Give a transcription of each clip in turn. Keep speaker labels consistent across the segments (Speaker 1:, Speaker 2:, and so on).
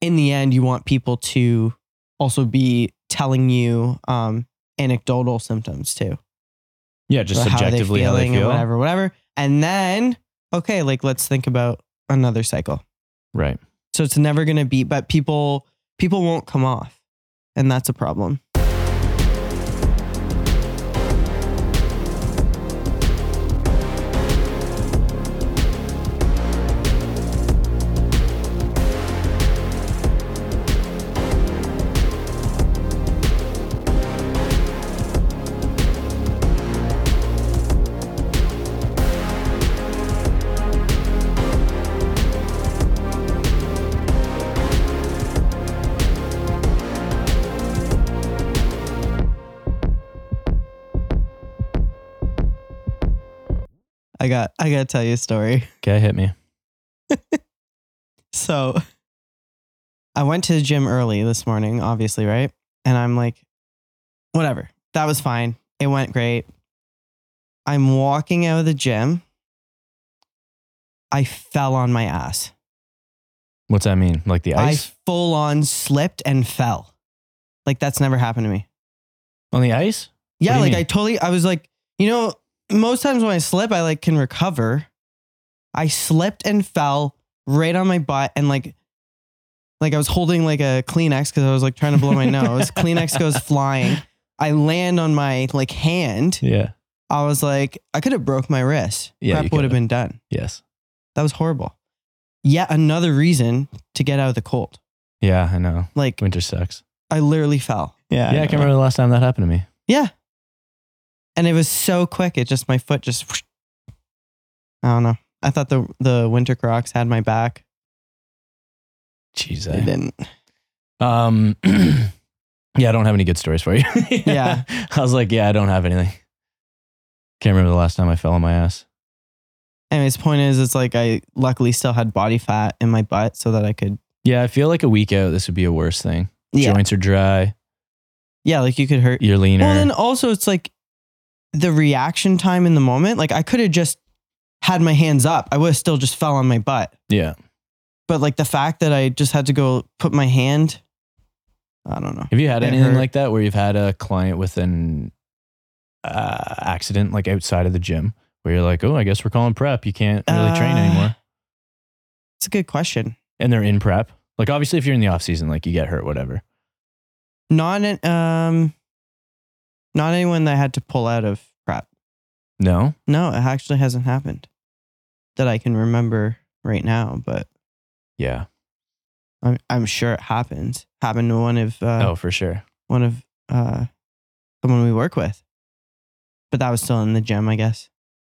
Speaker 1: in the end, you want people to also be telling you um, anecdotal symptoms too.
Speaker 2: Yeah, just
Speaker 1: Or
Speaker 2: subjectively
Speaker 1: how
Speaker 2: how
Speaker 1: they're
Speaker 2: they
Speaker 1: feeling
Speaker 2: feel.
Speaker 1: or whatever, whatever. And then, okay, like let's think about another cycle.
Speaker 2: Right.
Speaker 1: So it's never going to be, but people people won't come off, and that's a problem. I got I got to tell you a story.
Speaker 2: Okay, hit me.
Speaker 1: So I went to the gym early this morning, obviously, right? And I'm like, whatever. That was fine. It went great. I'm walking out of the gym. I fell on my ass.
Speaker 2: What's that mean? Like the ice
Speaker 1: I full on slipped and fell. Like that's never happened to me.
Speaker 2: on the ice? do
Speaker 1: Yeah,
Speaker 2: you
Speaker 1: like
Speaker 2: mean?
Speaker 1: I totally I was like, you know, most times when I slip, I like can recover. I slipped and fell right on my butt and like like I was holding like a Kleenex because I was like trying to blow my nose. Kleenex goes flying. I land on my like hand.
Speaker 2: Yeah.
Speaker 1: I was like, I could have broke my wrist.
Speaker 2: Yeah, you
Speaker 1: Prep would have
Speaker 2: could've.
Speaker 1: been done.
Speaker 2: Yes.
Speaker 1: That was horrible. Yet another reason to get out of the cold.
Speaker 2: Yeah, I know.
Speaker 1: Like
Speaker 2: Winter sucks.
Speaker 1: I literally fell.
Speaker 2: Yeah, I, can remember the last time that happened to me.
Speaker 1: Yeah. And it was so quick. It just my foot just. I don't know. I thought the the winter Crocs had my back.
Speaker 2: Jeez,
Speaker 1: They
Speaker 2: I,
Speaker 1: didn't.
Speaker 2: um, yeah, I don't have any good stories for you.
Speaker 1: Yeah.
Speaker 2: I was like, yeah, I don't have anything. Can't remember the last time I fell on my ass.
Speaker 1: Anyways, point is, it's like I luckily still had body fat in my butt so that I could.
Speaker 2: Yeah, I feel like a week out, this would be a worse thing.
Speaker 1: Yeah.
Speaker 2: Joints are dry.
Speaker 1: Yeah, like you could hurt.
Speaker 2: You're leaner.
Speaker 1: Well, then also it's like the reaction time in the moment. Like I could have just had my hands up. I would have still just fell on my butt.
Speaker 2: yeah.
Speaker 1: But like the fact that I just had to go put my hand. I don't know.
Speaker 2: Have you had
Speaker 1: It
Speaker 2: anything
Speaker 1: hurt.
Speaker 2: like that where you've had a client with an uh, accident, like outside of the gym, where you're like, oh, I guess we're calling prep. You can't really train
Speaker 1: Uh,
Speaker 2: anymore.
Speaker 1: It's a good question.
Speaker 2: And they're in prep. Like, obviously, if you're in the off season, like you get hurt, whatever.
Speaker 1: Not an, um, not anyone that I had to pull out of prep.
Speaker 2: No.
Speaker 1: No, it actually hasn't happened that I can remember right now. But
Speaker 2: Yeah.
Speaker 1: I'm I'm sure it happens. Happened to one of uh,
Speaker 2: oh, for sure.
Speaker 1: one of uh, someone we work with. But that was still in the gym, I guess.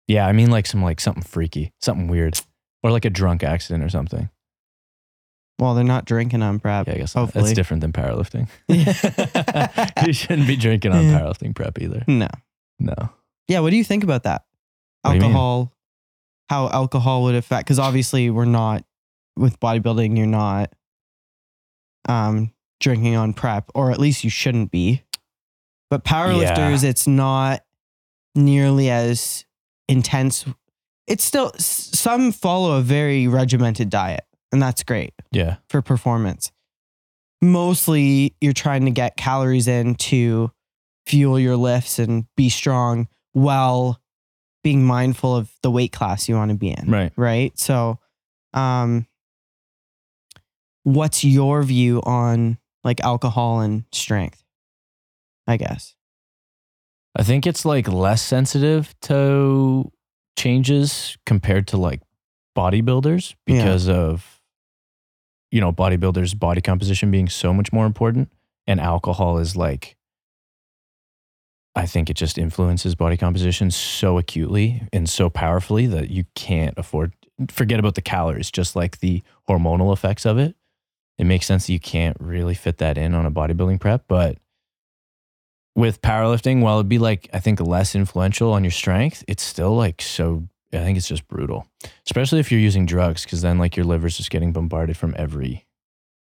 Speaker 2: Yeah, I mean like some like something freaky, something weird, or like a drunk accident or something.
Speaker 1: Well, they're not drinking on prep.
Speaker 2: Yeah, I guess not.
Speaker 1: hopefully.
Speaker 2: that's different than powerlifting.
Speaker 1: Yeah.
Speaker 2: you shouldn't be drinking on
Speaker 1: Yeah.
Speaker 2: powerlifting prep either.
Speaker 1: No.
Speaker 2: No.
Speaker 1: Yeah. What do you think about that?
Speaker 2: What do you mean?
Speaker 1: alcohol. How alcohol would affect? Because obviously we're not with bodybuilding. You're not um, drinking on prep, or at least you shouldn't be. But powerlifters, it's not nearly as intense. It's still s- some follow a very regimented diet, and that's great
Speaker 2: Yeah.
Speaker 1: for performance. Mostly you're trying to get calories in to fuel your lifts and be strong while being mindful of the weight class you want to be in.
Speaker 2: Right.
Speaker 1: Right. So, um, what's your view on like alcohol and strength? I guess.
Speaker 2: I think it's like less sensitive to changes compared to like bodybuilders
Speaker 1: Yeah.
Speaker 2: because of you know bodybuilders body composition being so much more important and alcohol is like I think it just influences body composition so acutely and so powerfully that you can't afford forget about the calories just like the hormonal effects of it it makes sense that you can't really fit that in on a bodybuilding prep but with powerlifting, while it'd be like I think less influential on your strength, it's still like so. I think it's just brutal, especially if you're using drugs, because then like your liver's just getting bombarded from every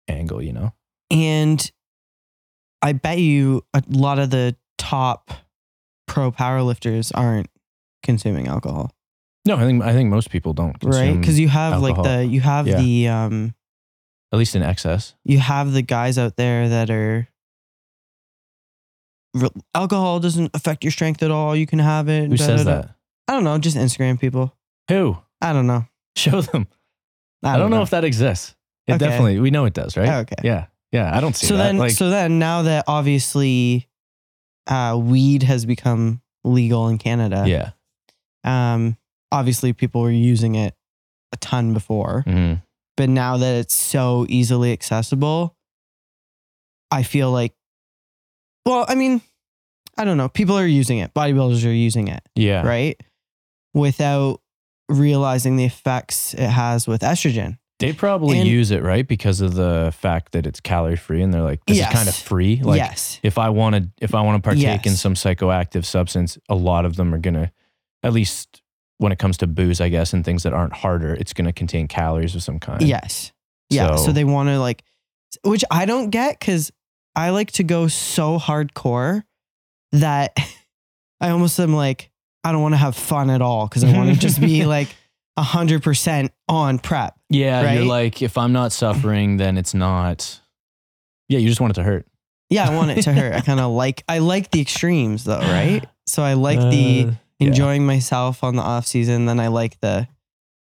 Speaker 2: angle, you know?
Speaker 1: And I bet you a lot of the top pro powerlifters aren't consuming alcohol.
Speaker 2: No, I think I think most people don't.
Speaker 1: right
Speaker 2: consume-
Speaker 1: because you have like
Speaker 2: alcohol.
Speaker 1: the you have
Speaker 2: Yeah.
Speaker 1: the um
Speaker 2: at least in excess.
Speaker 1: you have the guys out there that are re- alcohol doesn't affect your strength at all. You can have it.
Speaker 2: Who
Speaker 1: da,
Speaker 2: says
Speaker 1: da, da.
Speaker 2: that?
Speaker 1: I don't know. Just Instagram people.
Speaker 2: Who?
Speaker 1: I don't know.
Speaker 2: Show them. I don't know, if that exists. It
Speaker 1: Okay.
Speaker 2: definitely, we know it does, right?
Speaker 1: Oh, okay.
Speaker 2: Yeah. Yeah. I don't see
Speaker 1: so
Speaker 2: that.
Speaker 1: then,
Speaker 2: like,
Speaker 1: so then, now that obviously, uh, weed has become legal in Canada.
Speaker 2: yeah.
Speaker 1: Um, obviously, people were using it a ton before,
Speaker 2: hmm
Speaker 1: but now that it's so easily accessible, I feel like, well, I mean, I don't know. People are using it. Bodybuilders are using it.
Speaker 2: Yeah.
Speaker 1: right? Without realizing the effects it has with estrogen.
Speaker 2: They probably
Speaker 1: And-
Speaker 2: use it, right? Because of the fact that it's calorie free and they're like, this
Speaker 1: Yes.
Speaker 2: is kind of free. Like,
Speaker 1: yes.
Speaker 2: if I want to, if I want to partake in
Speaker 1: Yes.
Speaker 2: some psychoactive substance, a lot of them are going to, at least when it comes to booze, I guess, and things that aren't harder, it's going to contain calories of some kind.
Speaker 1: Yes. Yeah. So,
Speaker 2: So-
Speaker 1: they want to like, which I don't get because I like to go so hardcore that I almost am like, I don't want to have fun at all because I want to just be like 100% on prep.
Speaker 2: Yeah. You're
Speaker 1: Right?
Speaker 2: like, if I'm not suffering, then it's not. Yeah. You just want it to hurt.
Speaker 1: Yeah, I want it to hurt. I kind of like, I like the extremes though, right? So I like the,
Speaker 2: Uh, yeah.
Speaker 1: enjoying myself on the off season then i like the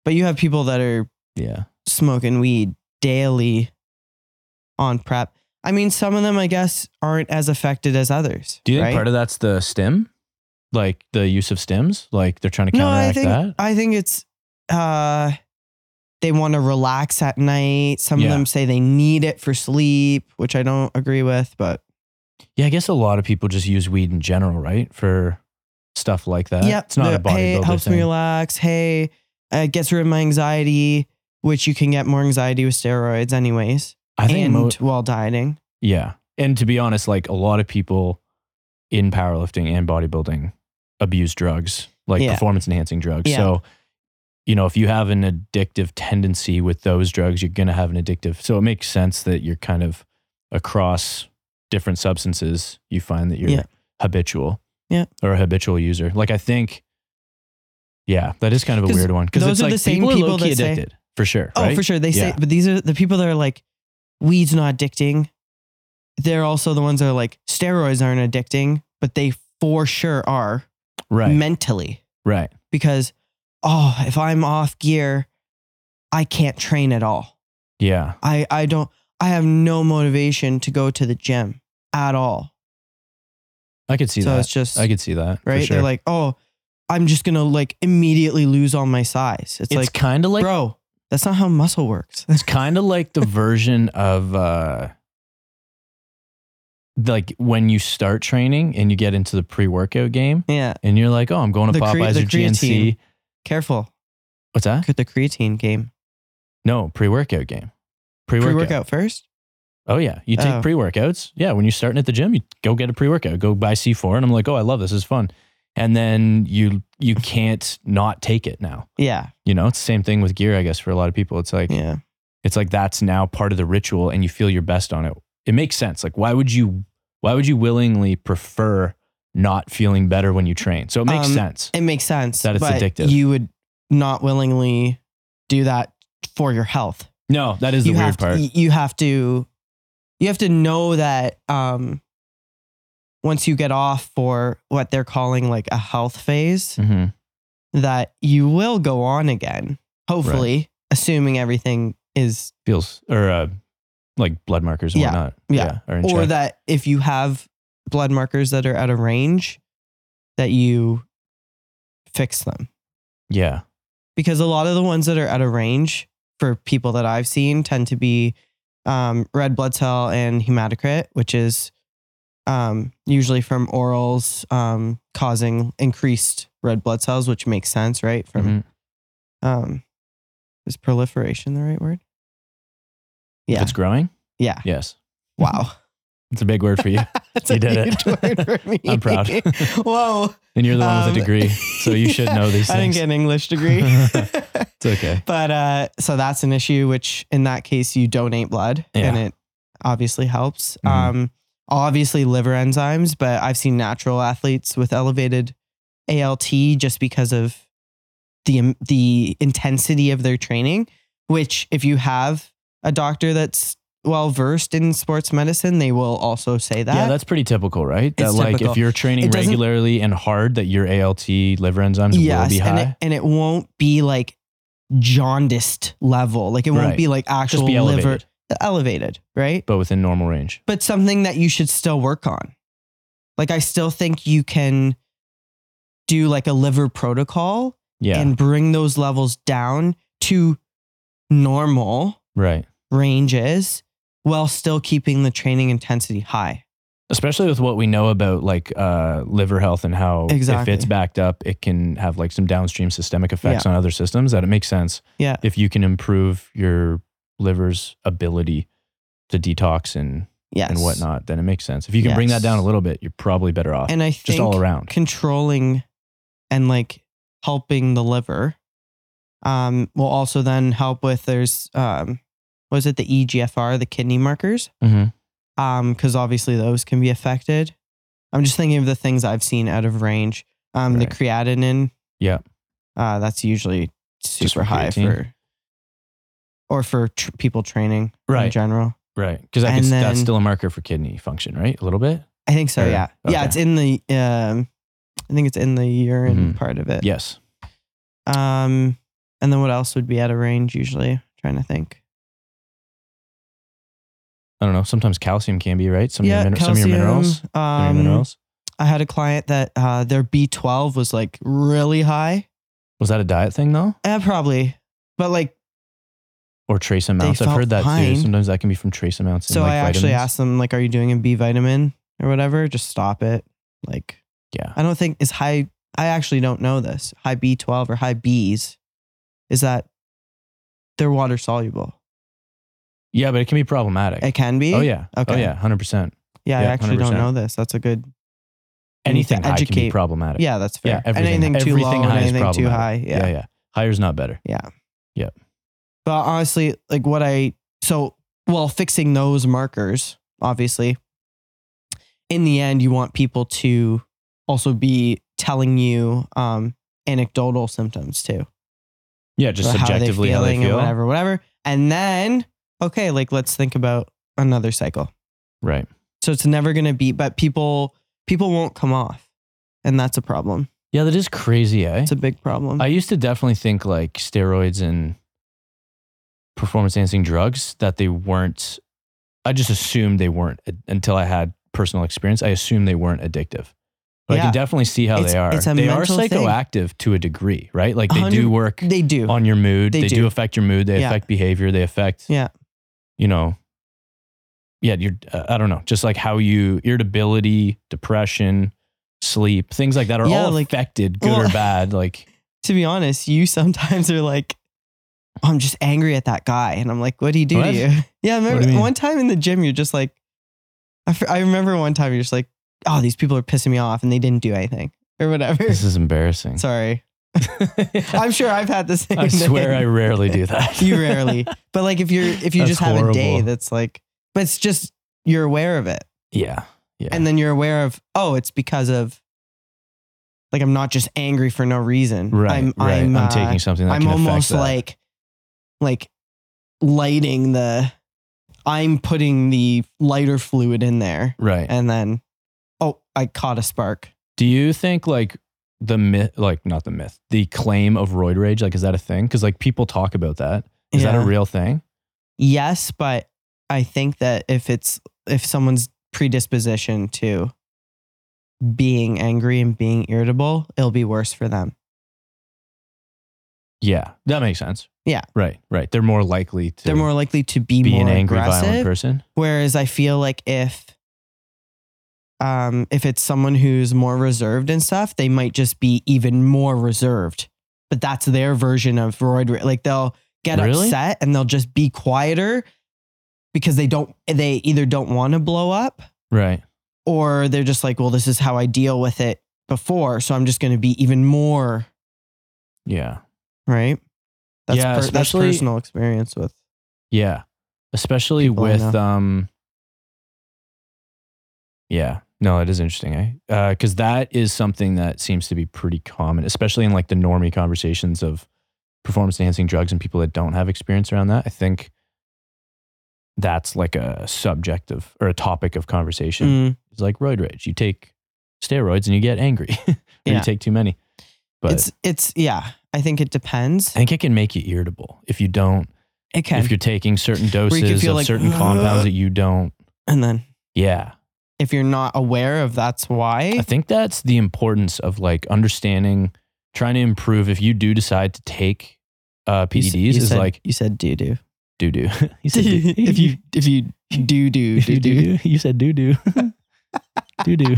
Speaker 1: but you have people that are
Speaker 2: Yeah.
Speaker 1: smoking weed daily on prep i mean some of them i guess aren't as affected as others
Speaker 2: Do you think
Speaker 1: right?
Speaker 2: part of that's the stem? Like the use of stems? Like they're trying to
Speaker 1: no i
Speaker 2: counteract
Speaker 1: think
Speaker 2: that?
Speaker 1: i think it's uh they want to relax at night some
Speaker 2: Yeah.
Speaker 1: of them say they need it for sleep which i don't agree with but
Speaker 2: Yeah, I guess a lot of people just use weed in general, right? For stuff like that.
Speaker 1: yep
Speaker 2: It's not a
Speaker 1: the- hey it
Speaker 2: bodybuilder
Speaker 1: helps
Speaker 2: thing.
Speaker 1: me relax hey uh, it gets rid of my anxiety which you can get more anxiety with steroids anyways
Speaker 2: I think
Speaker 1: and
Speaker 2: mo-
Speaker 1: while dieting
Speaker 2: yeah. And to be honest, like a lot of people in powerlifting and bodybuilding abuse drugs, like
Speaker 1: Yeah.
Speaker 2: performance enhancing drugs.
Speaker 1: Yeah.
Speaker 2: So, you know, if you have an addictive tendency with those drugs, you're going to have an addictive. So it makes sense that you're kind of across different substances, you find that you're
Speaker 1: Yeah.
Speaker 2: habitual.
Speaker 1: Yeah.
Speaker 2: Or a habitual user. Like I think, yeah, that is kind of a
Speaker 1: 'Cause
Speaker 2: weird one. Because
Speaker 1: those
Speaker 2: it's
Speaker 1: are
Speaker 2: like
Speaker 1: the same
Speaker 2: people,
Speaker 1: people
Speaker 2: are low-key
Speaker 1: that say-
Speaker 2: addicted for sure.
Speaker 1: Oh,
Speaker 2: right?
Speaker 1: for sure. They say,
Speaker 2: Yeah.
Speaker 1: but these are the people that are like, weed's not addicting. They're also the ones that are like, steroids aren't addicting, but they for sure are
Speaker 2: Right.
Speaker 1: mentally
Speaker 2: right.
Speaker 1: because, oh, if I'm off gear, I can't train at all.
Speaker 2: Yeah.
Speaker 1: I, I don't, I have no motivation to go to the gym at all.
Speaker 2: I could see
Speaker 1: so
Speaker 2: that.
Speaker 1: it's just,
Speaker 2: I could see that. for
Speaker 1: right?
Speaker 2: sure.
Speaker 1: They're like, oh, I'm just going to like immediately lose all my size. It's,
Speaker 2: it's,
Speaker 1: like,
Speaker 2: kind of like
Speaker 1: bro, that's not how muscle works.
Speaker 2: it's kind of like the version of uh like when you start training and you get into the pre-workout game
Speaker 1: yeah.
Speaker 2: and you're like, "Oh, I'm going to
Speaker 1: The cre-
Speaker 2: Popeyes
Speaker 1: the
Speaker 2: or GNC."
Speaker 1: Careful.
Speaker 2: What's that?
Speaker 1: Look at the creatine game.
Speaker 2: No, pre-workout game. Pre-workout.
Speaker 1: pre-workout first.
Speaker 2: Oh yeah, you take
Speaker 1: Oh.
Speaker 2: pre-workouts. Yeah, when you're starting at the gym, you go get a pre-workout. Go buy C4 and I'm like, "Oh, I love this. This is fun." And then you you can't not take it now.
Speaker 1: Yeah,
Speaker 2: You know, it's the same thing with gear, I guess, for a lot of people. It's like
Speaker 1: yeah,
Speaker 2: it's like that's now part of the ritual and you feel your best on it it makes sense like why would you why would you willingly prefer not feeling better when you train so it makes
Speaker 1: Um,
Speaker 2: sense
Speaker 1: it makes sense
Speaker 2: That it's
Speaker 1: but
Speaker 2: addictive.
Speaker 1: You would not willingly do that for your health.
Speaker 2: no that is the
Speaker 1: you
Speaker 2: weird
Speaker 1: have
Speaker 2: part
Speaker 1: To, y- you have to, you have to know that um, once you get off for what they're calling like a health phase,
Speaker 2: Mhm.
Speaker 1: that you will go on again. Hopefully, assuming everything is,
Speaker 2: feels or uh like blood markers and
Speaker 1: Yeah.
Speaker 2: whatnot
Speaker 1: Yeah.
Speaker 2: or, in
Speaker 1: or
Speaker 2: check.
Speaker 1: that if you have blood markers that are out of range, that you fix them.
Speaker 2: yeah
Speaker 1: because a lot of the ones that are out of range for people that I've seen tend to be um, red blood cell and hematocrit, which is um, usually from orals um, causing increased red blood cells, which makes sense, right? From
Speaker 2: Mhm.
Speaker 1: um, is proliferation the right word?
Speaker 2: If
Speaker 1: Yeah.
Speaker 2: it's growing
Speaker 1: yeah.
Speaker 2: yes
Speaker 1: Wow.
Speaker 2: it's a big word for you
Speaker 1: That's
Speaker 2: You did it.
Speaker 1: huge word for me.
Speaker 2: I'm proud.
Speaker 1: Whoa.
Speaker 2: and you're the one with
Speaker 1: Um,
Speaker 2: a degree so you should know these
Speaker 1: I didn't
Speaker 2: things
Speaker 1: get an English degree.
Speaker 2: it's okay
Speaker 1: but uh, so that's an issue, which in that case you donate blood, and it obviously helps.
Speaker 2: Mhm.
Speaker 1: Um, obviously liver enzymes, but I've seen natural athletes with elevated ALT just because of um, the the intensity of their training. Which, if you have a doctor that's well versed in sports medicine, they will also say that.
Speaker 2: yeah, that's pretty typical, right? That
Speaker 1: It's
Speaker 2: like if
Speaker 1: typical.
Speaker 2: you're training
Speaker 1: It doesn't-
Speaker 2: regularly and hard, that your ALT liver enzymes will be
Speaker 1: and
Speaker 2: high.
Speaker 1: it, and it won't be like jaundiced level. Like it
Speaker 2: Right.
Speaker 1: won't be like actual
Speaker 2: Just be elevated,
Speaker 1: liver elevated, right?
Speaker 2: but within normal range.
Speaker 1: but something that you should still work on. Like I still think you can do like a liver protocol
Speaker 2: Yeah,
Speaker 1: and bring those levels down to normal
Speaker 2: right.
Speaker 1: ranges while still keeping the training intensity high.
Speaker 2: Especially with what we know about like uh, liver health and how
Speaker 1: Exactly.
Speaker 2: if it's backed up, it can have like some downstream systemic effects on other systems. That it makes sense.
Speaker 1: Yeah.
Speaker 2: if you can improve your liver's ability to detox and
Speaker 1: Yes.
Speaker 2: and whatnot, then it makes sense. If you can bring that
Speaker 1: Yes.
Speaker 2: down a little bit, you're probably better off.
Speaker 1: And I think
Speaker 2: just all around.
Speaker 1: controlling and like helping the liver um, will also then help with there's um, was it the EGFR, the kidney markers?
Speaker 2: Mhm.
Speaker 1: um because obviously those can be affected i'm just thinking of the things i've seen out of range um the
Speaker 2: Right.
Speaker 1: creatinine
Speaker 2: Yeah.
Speaker 1: uh that's usually
Speaker 2: for
Speaker 1: super high
Speaker 2: creatine.
Speaker 1: for or for tr- people training in
Speaker 2: Right.
Speaker 1: general
Speaker 2: Right, because I
Speaker 1: And
Speaker 2: guess
Speaker 1: then-
Speaker 2: that's still a marker for kidney function, right? A little bit.
Speaker 1: i think so
Speaker 2: Or-
Speaker 1: yeah yeah
Speaker 2: okay.
Speaker 1: it's in the um i think it's in the urine
Speaker 2: Mhm.
Speaker 1: part of it
Speaker 2: Yes.
Speaker 1: um and then what else would be out of range usually trying to think
Speaker 2: I don't know. Sometimes calcium can be right. Some of your, min- some of your
Speaker 1: calcium,
Speaker 2: minerals. Some of
Speaker 1: um
Speaker 2: your minerals.
Speaker 1: i had a client that uh their b12 was like really high
Speaker 2: Was that a diet thing though,
Speaker 1: uh, probably but like
Speaker 2: or trace amounts? I've
Speaker 1: felt
Speaker 2: heard that
Speaker 1: fine.
Speaker 2: too. Sometimes that can be from trace amounts. in,
Speaker 1: So
Speaker 2: like,
Speaker 1: I actually
Speaker 2: vitamins.
Speaker 1: asked them, like, are you doing a B vitamin or whatever? Just stop it. Like,
Speaker 2: Yeah.
Speaker 1: I don't think is high. I actually don't know this high B twelve or high Bs. Is that they're water soluble?
Speaker 2: Yeah, but it can be problematic.
Speaker 1: It can be.
Speaker 2: Oh yeah. Oh
Speaker 1: Okay.
Speaker 2: yeah. Hundred percent.
Speaker 1: Yeah, I
Speaker 2: Yeah,
Speaker 1: actually don't
Speaker 2: 100%.
Speaker 1: know this. That's a good. We need to
Speaker 2: Anything high can be
Speaker 1: educate.
Speaker 2: problematic.
Speaker 1: Yeah, that's fair.
Speaker 2: Yeah. Everything.
Speaker 1: anything too
Speaker 2: everything
Speaker 1: low, and
Speaker 2: high
Speaker 1: anything
Speaker 2: is
Speaker 1: too high.
Speaker 2: problematic.
Speaker 1: Yeah.
Speaker 2: Yeah. Yeah. Higher's not better.
Speaker 1: But honestly, like what I so well fixing those markers, obviously. In the end, you want people to also be telling you um, anecdotal symptoms too.
Speaker 2: Yeah. Just
Speaker 1: Or
Speaker 2: subjectively
Speaker 1: how
Speaker 2: how
Speaker 1: are
Speaker 2: they
Speaker 1: feeling and
Speaker 2: feel.
Speaker 1: whatever, whatever. And then, okay, like let's think about another cycle.
Speaker 2: Right.
Speaker 1: So it's never gonna be, but people people won't come off, and that's a problem.
Speaker 2: Yeah, that is crazy. Eh?
Speaker 1: It's a big problem.
Speaker 2: I used to definitely think like steroids and performance enhancing drugs that they weren't. I just assumed they weren't until I had personal experience. I assumed they weren't addictive. But I
Speaker 1: Yeah.
Speaker 2: can definitely see how
Speaker 1: It's-
Speaker 2: they are.
Speaker 1: it's a
Speaker 2: they are
Speaker 1: mental thing.
Speaker 2: psychoactive to a degree, right? Like they
Speaker 1: 100
Speaker 2: do work
Speaker 1: they do.
Speaker 2: on your mood. They,
Speaker 1: They
Speaker 2: do.
Speaker 1: do.
Speaker 2: affect your mood. They
Speaker 1: Yeah.
Speaker 2: affect behavior. They affect,
Speaker 1: Yeah.
Speaker 2: you know, yeah, your, uh, I don't know, just like how you, irritability, depression, sleep, things like that are
Speaker 1: Yeah,
Speaker 2: all
Speaker 1: like-
Speaker 2: affected, good or
Speaker 1: Well-
Speaker 2: bad. Like,
Speaker 1: to be honest, you sometimes are like, "Oh, I'm just angry at that guy. And I'm like, what do you do
Speaker 2: What?
Speaker 1: to you? Yeah, I remember
Speaker 2: you mean?
Speaker 1: one time in the gym, you're just like, I, f- I remember one time you're just like, oh, these people are pissing me off and they didn't do anything or whatever.
Speaker 2: this is embarrassing.
Speaker 1: Sorry. I'm sure I've had the same.
Speaker 2: I swear I
Speaker 1: thing.
Speaker 2: rarely do that.
Speaker 1: you rarely. But like if you're, if you
Speaker 2: That's
Speaker 1: just have a day
Speaker 2: horrible.
Speaker 1: that's like, but it's just, you're aware of it.
Speaker 2: Yeah. Yeah.
Speaker 1: And then you're aware of, oh, it's because of, like, I'm not just angry for no reason.
Speaker 2: right.
Speaker 1: I'm,
Speaker 2: right.
Speaker 1: I'm, uh,
Speaker 2: taking something that
Speaker 1: I'm
Speaker 2: can affect
Speaker 1: almost
Speaker 2: that.
Speaker 1: like like lighting the I'm putting the lighter fluid in there
Speaker 2: right.
Speaker 1: and then oh I caught a spark.
Speaker 2: Do you think like the myth, like not the myth, the claim of roid rage, like is that a thing? Because like people talk about that. Is that
Speaker 1: Yeah.
Speaker 2: a real thing?
Speaker 1: yes, but I think that if it's if someone's predisposition to being angry and being irritable, it'll be worse for them.
Speaker 2: Yeah, that makes sense.
Speaker 1: Yeah.
Speaker 2: Right. Right. They're more likely to
Speaker 1: They're more likely to be,
Speaker 2: be
Speaker 1: more
Speaker 2: an angry, violent
Speaker 1: aggressive.
Speaker 2: person.
Speaker 1: Whereas I feel like if um if it's someone who's more reserved and stuff, they might just be even more reserved. But that's their version of roid ra- like they'll get
Speaker 2: Really?
Speaker 1: upset and they'll just be quieter because they don't they either don't want to blow up
Speaker 2: Right.
Speaker 1: or they're just like, well, this is how I deal with it before, so I'm just going to be even more,
Speaker 2: Yeah.
Speaker 1: right? That's
Speaker 2: Yeah,
Speaker 1: that's
Speaker 2: especially-
Speaker 1: personal experience with
Speaker 2: Yeah. Especially
Speaker 1: People I
Speaker 2: with um Yeah. No, it is interesting, eh? Uh, cuz that is something that seems to be pretty common, especially in like the normie conversations of performance enhancing drugs and people that don't have experience around that. I think that's like a subject of or a topic of conversation.
Speaker 1: Mm.
Speaker 2: It's like roid rage. You take steroids and you get angry, or
Speaker 1: Yeah.
Speaker 2: you take too many. But
Speaker 1: It's it's yeah. I think it depends.
Speaker 2: I think it can make you irritable if you don't.
Speaker 1: It can,
Speaker 2: If you're taking certain
Speaker 1: you can
Speaker 2: doses
Speaker 1: feel
Speaker 2: of
Speaker 1: like,
Speaker 2: certain compounds that you don't,
Speaker 1: and then
Speaker 2: yeah.
Speaker 1: if you're not aware of that's
Speaker 2: I
Speaker 1: why.
Speaker 2: think that's the importance of like understanding, trying to improve. If you do decide to take uh,
Speaker 1: you s-
Speaker 2: PEDs,
Speaker 1: you
Speaker 2: is
Speaker 1: said-
Speaker 2: like
Speaker 1: you said do do.
Speaker 2: doo doo. you said doo-
Speaker 1: If you if you do do
Speaker 2: if
Speaker 1: do
Speaker 2: you
Speaker 1: do.
Speaker 2: doo-doo, you said doo doo doo doo.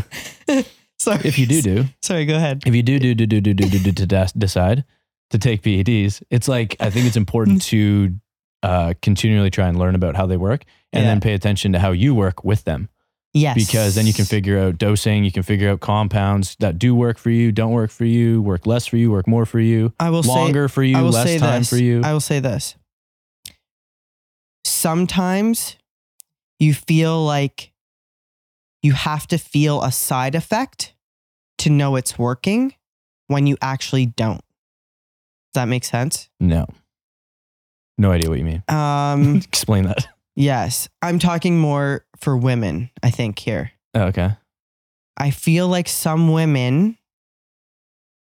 Speaker 1: Sorry.
Speaker 2: If you do do,
Speaker 1: Sorry, go ahead.
Speaker 2: if you do do do do do do do do to des- decide to take PEDs, it's like I think it's important to uh, continually try and learn about how they work, and
Speaker 1: Yeah.
Speaker 2: then pay attention to how you work with them.
Speaker 1: Yes.
Speaker 2: because then you can figure out dosing, you can figure out compounds that do work for you, don't work for you, work less for you, work more for you,
Speaker 1: I will say
Speaker 2: longer for you,
Speaker 1: I will
Speaker 2: less
Speaker 1: say
Speaker 2: time
Speaker 1: this.
Speaker 2: for you.
Speaker 1: I will say this. Sometimes you feel like you have to feel a side effect to know it's working when you actually don't. Does that make sense?
Speaker 2: no. No idea what you mean.
Speaker 1: Um,
Speaker 2: Explain that.
Speaker 1: yes. I'm talking more for women, I think, here.
Speaker 2: Oh, okay.
Speaker 1: I feel like some women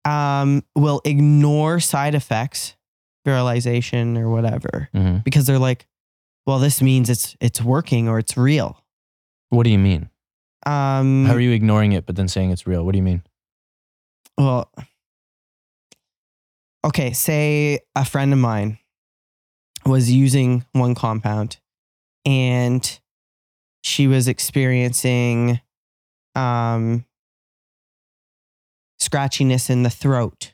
Speaker 1: um, will ignore side effects, virilization or whatever.
Speaker 2: hmm
Speaker 1: because they're like, well, this means it's it's working or it's real.
Speaker 2: What do you mean?
Speaker 1: Um,
Speaker 2: How are you ignoring it but then saying it's real? What do you mean?
Speaker 1: well, okay. Say a friend of mine was using one compound, and she was experiencing um, scratchiness in the throat.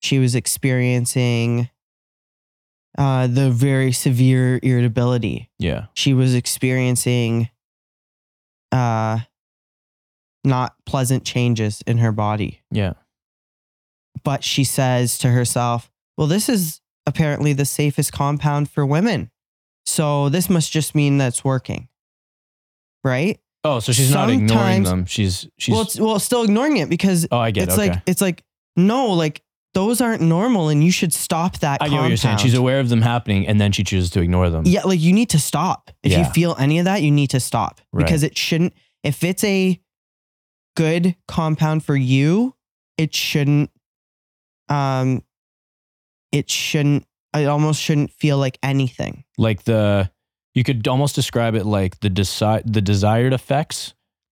Speaker 1: She was experiencing uh, the very severe irritability.
Speaker 2: Yeah.
Speaker 1: she was experiencing uh not pleasant changes in her body
Speaker 2: Yeah.
Speaker 1: but she says to herself well this is apparently the safest compound for women so this must just mean that's working right
Speaker 2: Oh, so she's not ignoring
Speaker 1: Sometimes-
Speaker 2: them. She's she's
Speaker 1: well it's well still ignoring it because
Speaker 2: Oh, I get
Speaker 1: it's
Speaker 2: it. Okay.
Speaker 1: like it's like no like those aren't normal and you should stop that
Speaker 2: I get
Speaker 1: compound.
Speaker 2: what you're saying. She's aware of them happening and then she chooses to ignore them.
Speaker 1: Yeah, like you need to stop. If you
Speaker 2: Yeah.
Speaker 1: feel any of that, you need to stop
Speaker 2: Right.
Speaker 1: because it shouldn't. If it's a good compound for you, it shouldn't. Um, it shouldn't. It almost shouldn't feel like anything.
Speaker 2: like the you could almost describe it like the desi- the desired effects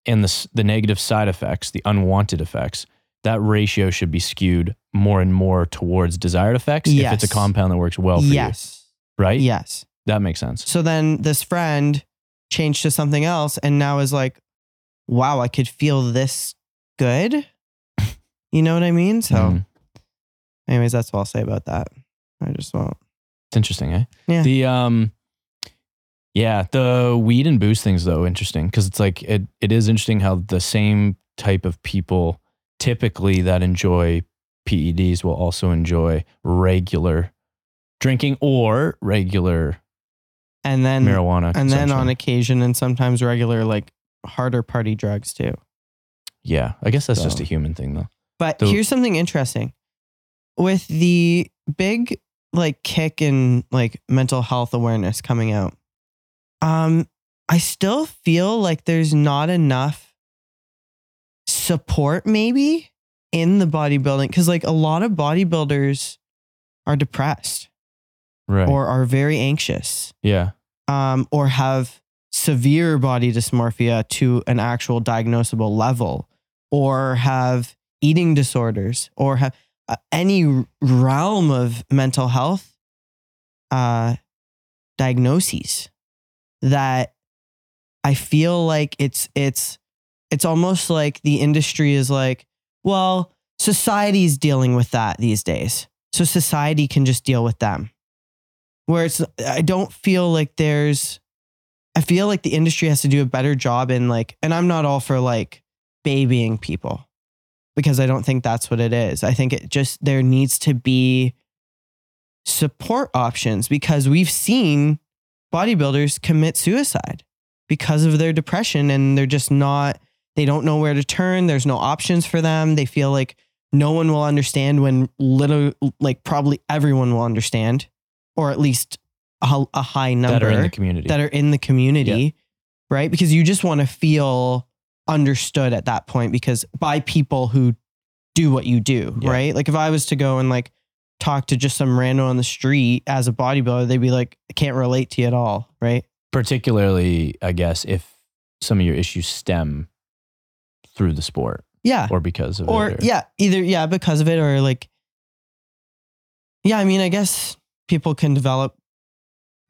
Speaker 2: and the s- the negative side effects, the unwanted effects. That ratio should be skewed more and more towards desired effects if it's
Speaker 1: Yes.
Speaker 2: a compound that works well for
Speaker 1: yes,
Speaker 2: you, right?
Speaker 1: yes.
Speaker 2: That makes sense.
Speaker 1: So then this friend changed to something else, and now is like, wow, I could feel this good. You know what I mean? So,
Speaker 2: Mm.
Speaker 1: anyways, that's all I'll say about that. I just won't.
Speaker 2: It's interesting, eh?
Speaker 1: Yeah.
Speaker 2: The um yeah, the weed and booze things though, interesting because it's like it it is interesting how the same type of people typically that enjoy PEDs will also enjoy regular drinking or regular
Speaker 1: And then
Speaker 2: marijuana.
Speaker 1: and then on
Speaker 2: consumption.
Speaker 1: occasion and sometimes regular like harder party drugs too
Speaker 2: Yeah, I guess that's just
Speaker 1: So-
Speaker 2: a human thing though.
Speaker 1: but
Speaker 2: The-
Speaker 1: here's something interesting with the big like kick in like mental health awareness coming out um i still feel like there's not enough support maybe in the bodybuilding because like a lot of bodybuilders are depressed
Speaker 2: Right.
Speaker 1: or are very anxious
Speaker 2: yeah.
Speaker 1: um, or have severe body dysmorphia to an actual diagnosable level, or have eating disorders, or have uh, any realm of mental health uh, diagnoses that I feel like it's it's it's almost like the industry is like, well, society's dealing with that these days. So society can just deal with them. Where it's I don't feel like there's I feel like the industry has to do a better job in like and I'm not all for like babying people because I don't think that's what it is. I think it just there needs to be support options because we've seen bodybuilders commit suicide because of their depression and they're just not they don't know where to turn there's no options for them they feel like no one will understand when little like probably everyone will understand or at least a, a high number
Speaker 2: that are in the community.
Speaker 1: that are in the community, right? Because you just want to feel understood at that point because by people who do what you do,
Speaker 2: Yeah.
Speaker 1: right? Like if I was to go and like talk to just some random on the street as a bodybuilder, they'd be like, I can't relate to you at all, right?
Speaker 2: Particularly, I guess, if some of your issues stem through the sport
Speaker 1: Yeah.
Speaker 2: or because of
Speaker 1: Or,
Speaker 2: it. or-
Speaker 1: yeah, either yeah, because of it or like Yeah, I mean, I guess people can develop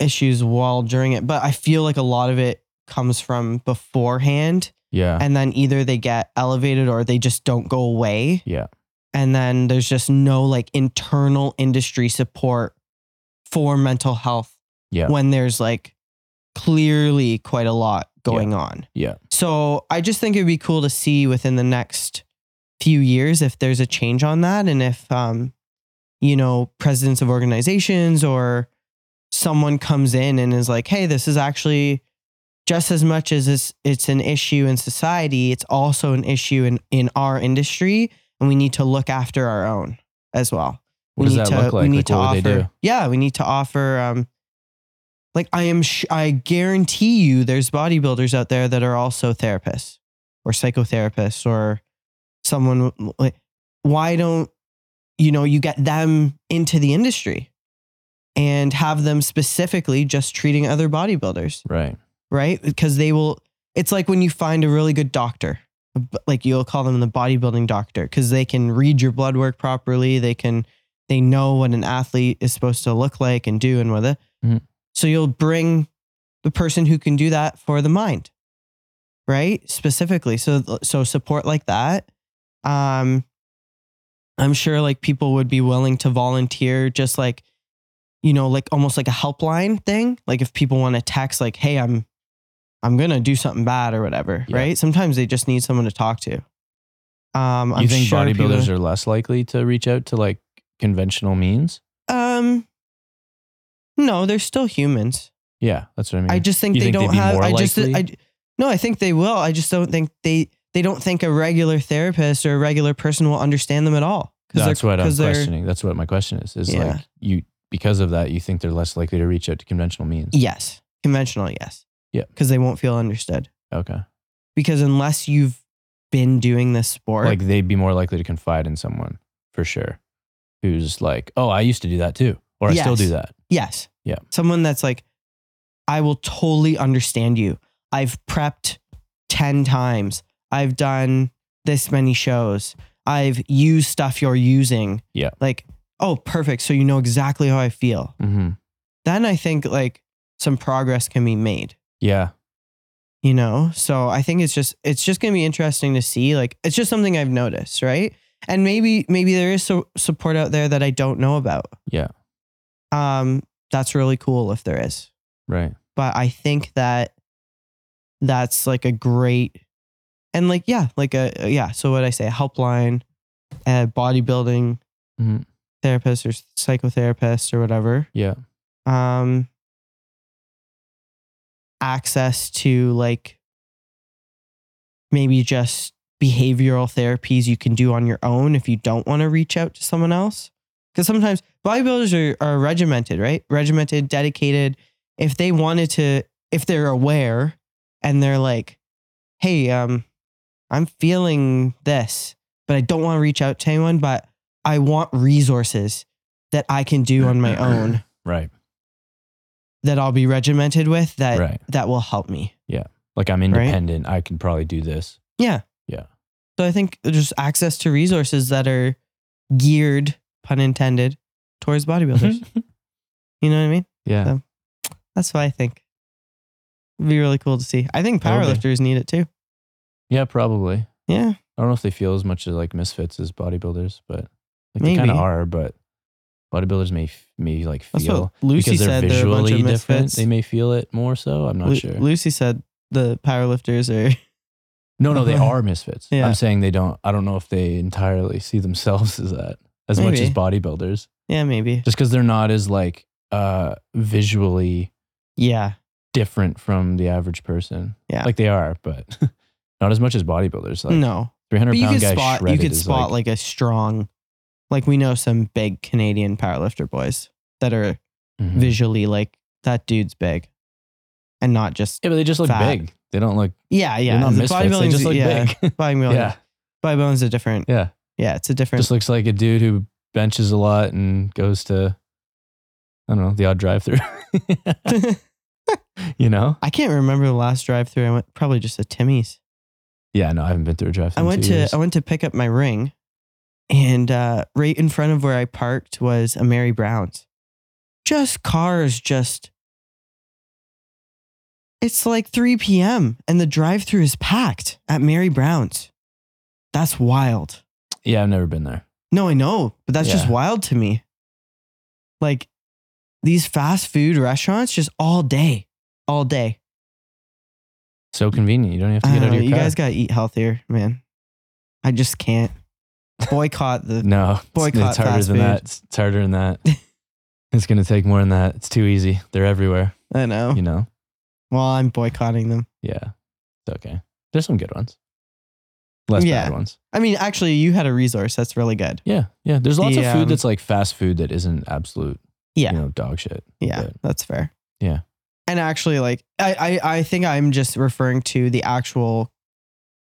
Speaker 1: issues while during it, but I feel like a lot of it comes from beforehand
Speaker 2: Yeah.
Speaker 1: and then either they get elevated or they just don't go away.
Speaker 2: Yeah.
Speaker 1: And then there's just no like internal industry support for mental health
Speaker 2: Yeah.
Speaker 1: when there's like clearly quite a lot going on.
Speaker 2: Yeah.
Speaker 1: So I just think it'd be cool to see within the next few years if there's a change on that and if um you know presidents of organizations or someone comes in and is like, "Hey, this is actually just as much as it's it's an issue in society, it's also an issue in in our industry, and we need to look after our own as well."
Speaker 2: what
Speaker 1: we
Speaker 2: does
Speaker 1: need
Speaker 2: that
Speaker 1: to
Speaker 2: look like?
Speaker 1: we need
Speaker 2: like
Speaker 1: to
Speaker 2: what
Speaker 1: offer.
Speaker 2: would they do?
Speaker 1: Yeah, we need to offer. Um, like I am, sh- I guarantee you, there's bodybuilders out there that are also therapists or psychotherapists or someone. Like, why don't you know you get them into the industry and have them specifically just treating other bodybuilders?
Speaker 2: Right.
Speaker 1: right? Because they will. It's like when you find a really good doctor, b- like you'll call them the bodybuilding doctor, because they can read your blood work properly. They can, they know what an athlete is supposed to look like and do and whether.
Speaker 2: Mhm.
Speaker 1: So you'll bring the person who can do that for the mind, right? Specifically, so so support like that. Um, I'm sure like people would be willing to volunteer, just like. You know, like almost like a helpline thing. Like if people want to text, like, "Hey, I'm I'm gonna do something bad or whatever,
Speaker 2: Yeah.
Speaker 1: right? Sometimes they just need someone to talk to. Um, I'm
Speaker 2: you think
Speaker 1: sure
Speaker 2: bodybuilders
Speaker 1: people,
Speaker 2: are less likely to reach out to like conventional means?
Speaker 1: Um, no, they're still humans.
Speaker 2: Yeah, that's what I mean.
Speaker 1: I just think
Speaker 2: You
Speaker 1: they
Speaker 2: think they'd
Speaker 1: don't
Speaker 2: be
Speaker 1: have.
Speaker 2: more
Speaker 1: I just,
Speaker 2: likely?
Speaker 1: I, no, I think they will. I just don't think they they don't think a regular therapist or a regular person will understand them at all.
Speaker 2: that's
Speaker 1: they're-
Speaker 2: what I'm
Speaker 1: 'cause they're-
Speaker 2: questioning. That's what my question is. Is
Speaker 1: Yeah.
Speaker 2: like you because of that, you think they're less likely to reach out to conventional
Speaker 1: E
Speaker 2: means?
Speaker 1: Yes, conventional. Yes.
Speaker 2: Yeah.
Speaker 1: Because they won't feel understood.
Speaker 2: Okay.
Speaker 1: Because unless you've been doing this sport,
Speaker 2: Like they'd be more likely to confide in someone for sure, who's like, oh, I used to do that too, or I still
Speaker 1: Yes.
Speaker 2: do that.
Speaker 1: Yes.
Speaker 2: Yeah.
Speaker 1: Someone that's like, I will totally understand you. I've prepped 10 times. I've done this many shows. I've used stuff you're using.
Speaker 2: Yeah.
Speaker 1: Like, oh, perfect. So you know exactly how I feel.
Speaker 2: Mm-hmm.
Speaker 1: Then I think like some progress can be made,
Speaker 2: Yeah.
Speaker 1: you know? So I think it's just, it's just going to be interesting to see. Like, it's just something I've noticed, right? And maybe, maybe there is so, support out there that I don't know about.
Speaker 2: Yeah.
Speaker 1: Um, that's really cool if there is.
Speaker 2: Right.
Speaker 1: but I think that that's like a great and like yeah, like a uh, yeah. So what I say, helpline, uh, bodybuilding
Speaker 2: Mhm.
Speaker 1: therapist or psychotherapist or whatever.
Speaker 2: Yeah.
Speaker 1: Um, access to like maybe just behavioral therapies you can do on your own if you don't want to reach out to someone else. Because sometimes bodybuilders are, are regimented, right? Regimented, dedicated. If they wanted to, if they're aware and they're like, hey, um, I'm feeling this, but I don't want to reach out to anyone, but I want resources that I can do on my own
Speaker 2: Right.
Speaker 1: that I'll be regimented with that
Speaker 2: Right.
Speaker 1: that will help me.
Speaker 2: Like I'm independent. I could probably do this.
Speaker 1: Yeah.
Speaker 2: Yeah.
Speaker 1: So I think just access to resources that are geared, pun intended, towards bodybuilders. you know what I mean?
Speaker 2: Yeah.
Speaker 1: So- That's what I think. It'd be really cool to see. I think
Speaker 2: That would be.
Speaker 1: powerlifters need it too.
Speaker 2: Yeah. Probably.
Speaker 1: Yeah.
Speaker 2: I don't know if they feel as much as like misfits as bodybuilders, but like they
Speaker 1: Maybe.
Speaker 2: kind of are. But bodybuilders may f- may like
Speaker 1: That's
Speaker 2: feel
Speaker 1: what Lucy
Speaker 2: because they're
Speaker 1: said. They're a bunch
Speaker 2: visually
Speaker 1: of
Speaker 2: different.
Speaker 1: misfits.
Speaker 2: They may feel it more so. I'm not
Speaker 1: Lu-
Speaker 2: sure.
Speaker 1: Lucy said the powerlifters are
Speaker 2: no, no, they
Speaker 1: Uh-huh.
Speaker 2: are misfits.
Speaker 1: Yeah.
Speaker 2: I'm saying they don't. I don't know if they entirely see themselves as that as much as
Speaker 1: Maybe.
Speaker 2: bodybuilders,
Speaker 1: yeah maybe
Speaker 2: just because they're not as like uh visually
Speaker 1: yeah
Speaker 2: different from the average person.
Speaker 1: Yeah.
Speaker 2: like they are, but not as much as bodybuilders. Like
Speaker 1: no
Speaker 2: 300
Speaker 1: but
Speaker 2: pound
Speaker 1: you could
Speaker 2: guy
Speaker 1: spot you
Speaker 2: shredded
Speaker 1: could
Speaker 2: is
Speaker 1: spot
Speaker 2: like,
Speaker 1: like, a strong like we know some big Canadian powerlifter boys that are
Speaker 2: mhm.
Speaker 1: visually like that dude's big, and not just
Speaker 2: Yeah, but they just look
Speaker 1: Fat.
Speaker 2: big. They don't look.
Speaker 1: yeah,
Speaker 2: Yeah,
Speaker 1: yeah.
Speaker 2: they're not
Speaker 1: the
Speaker 2: misfits. They
Speaker 1: bodybuilding's-
Speaker 2: just look
Speaker 1: yeah,
Speaker 2: big.
Speaker 1: bodybuilding,
Speaker 2: yeah,
Speaker 1: bodybuilding's a different.
Speaker 2: yeah.
Speaker 1: Yeah, it's a different.
Speaker 2: Just looks like a dude who benches a lot and goes to, I don't know, the odd drive-through. you know?
Speaker 1: I can't remember the last drive through. I went probably just a Timmy's.
Speaker 2: Yeah, no, I haven't been through a drive-through.
Speaker 1: I went to I went to pick up my ring, and uh, right in front of where I parked was a Mary Brown's. Just cars, just. It's like 3 p.m. and the drive-through is packed at Mary Brown's. That's wild.
Speaker 2: yeah, I've never been there.
Speaker 1: No, I know, but that's just
Speaker 2: Yeah.
Speaker 1: wild to me. Like these fast food restaurants, just all day, all day.
Speaker 2: So convenient. You don't have to
Speaker 1: I
Speaker 2: get
Speaker 1: don't
Speaker 2: out of
Speaker 1: know,
Speaker 2: your
Speaker 1: Oh, you
Speaker 2: car.
Speaker 1: guys gotta eat healthier, man. I just can't boycott the.
Speaker 2: no, it's-
Speaker 1: boycott
Speaker 2: it's harder
Speaker 1: fast
Speaker 2: than
Speaker 1: food.
Speaker 2: that. It's, it's harder than that. it's gonna take more than that. It's too easy. They're everywhere.
Speaker 1: I know.
Speaker 2: You know?
Speaker 1: Well, I'm boycotting them.
Speaker 2: Yeah, it's okay. There's some good ones. Less
Speaker 1: Yeah.
Speaker 2: bad ones.
Speaker 1: I mean, actually, you had a resource that's really good.
Speaker 2: Yeah, yeah. There's lots
Speaker 1: The,
Speaker 2: of food
Speaker 1: um,
Speaker 2: that's like fast food that isn't absolute.
Speaker 1: Yeah.
Speaker 2: you know, dog shit.
Speaker 1: Yeah,
Speaker 2: Good.
Speaker 1: that's fair.
Speaker 2: Yeah.
Speaker 1: And actually, like, I, I, I think I'm just referring to the actual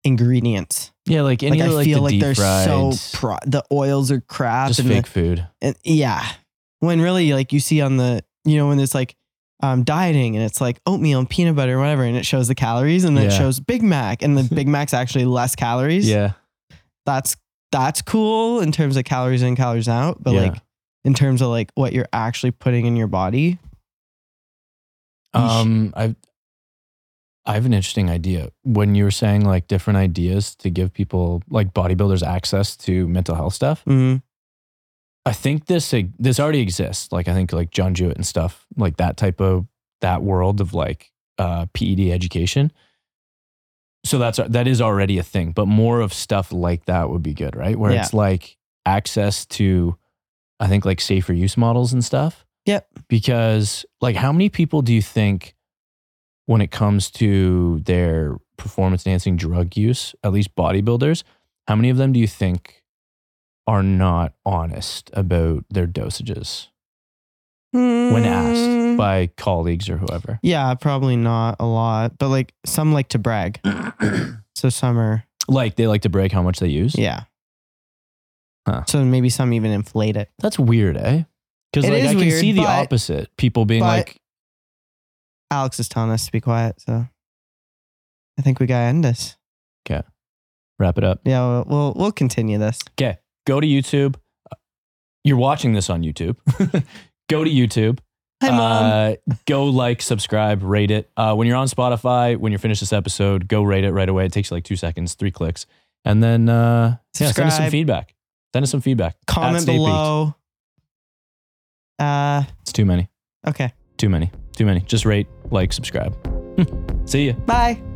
Speaker 1: ingredients.
Speaker 2: Yeah, like any
Speaker 1: like, I
Speaker 2: of, like
Speaker 1: feel
Speaker 2: the
Speaker 1: like
Speaker 2: deep
Speaker 1: they're so
Speaker 2: fried,
Speaker 1: pro- the oils are crap
Speaker 2: just
Speaker 1: and,
Speaker 2: fake
Speaker 1: the,
Speaker 2: food.
Speaker 1: and yeah. When really, like, you see on the you know when it's like um, dieting and it's like oatmeal and peanut butter or whatever, and it shows the calories and then it
Speaker 2: Yeah.
Speaker 1: shows Big Mac and the Big Mac's actually less calories.
Speaker 2: Yeah,
Speaker 1: that's that's cool in terms of calories in calories out but
Speaker 2: Yeah.
Speaker 1: like in terms of like what you're actually putting in your body
Speaker 2: Um, I I have an interesting idea. When you were saying like different ideas to give people like bodybuilders access to mental health stuff,
Speaker 1: mm,
Speaker 2: I think this uh, this already exists. Like I think like John Jewett and stuff like that type of that world of like uh, PED education. So that's that is already a thing, but more of stuff like that would be good, right? Where
Speaker 1: Yeah.
Speaker 2: it's like access to, I think like safer use models and stuff.
Speaker 1: Yep.
Speaker 2: Because like, how many people do you think, when it comes to their performance enhancing drug use, at least bodybuilders, how many of them do you think are not honest about their dosages when asked
Speaker 1: Mm,
Speaker 2: by colleagues or whoever?
Speaker 1: yeah probably not a lot but like some like to brag so some are
Speaker 2: like they like to break how much they use.
Speaker 1: yeah
Speaker 2: Huh.
Speaker 1: so maybe some even inflate it
Speaker 2: That's weird, eh? Because
Speaker 1: It
Speaker 2: like
Speaker 1: is
Speaker 2: I can
Speaker 1: weird,
Speaker 2: see the
Speaker 1: but-
Speaker 2: opposite. People being
Speaker 1: but-
Speaker 2: like,
Speaker 1: alex is telling us to be quiet so i think we gotta end this
Speaker 2: wrap it up.
Speaker 1: yeah we'll we'll, we'll continue this
Speaker 2: Go to YouTube. Uh, You're watching this on YouTube. Go to YouTube.
Speaker 1: hi mom
Speaker 2: Uh, go like, subscribe, rate it. Uh, when you're on Spotify, when you're finished this episode, go rate it right away. It takes you like two seconds, three clicks, and then uh, yeah, send us some
Speaker 1: Subscribe.
Speaker 2: feedback. Send us some feedback. At
Speaker 1: comment
Speaker 2: Stay Peaked.
Speaker 1: below uh
Speaker 2: It's too many.
Speaker 1: okay
Speaker 2: Too many. Too many. Just rate, like, subscribe. See ya.
Speaker 1: bye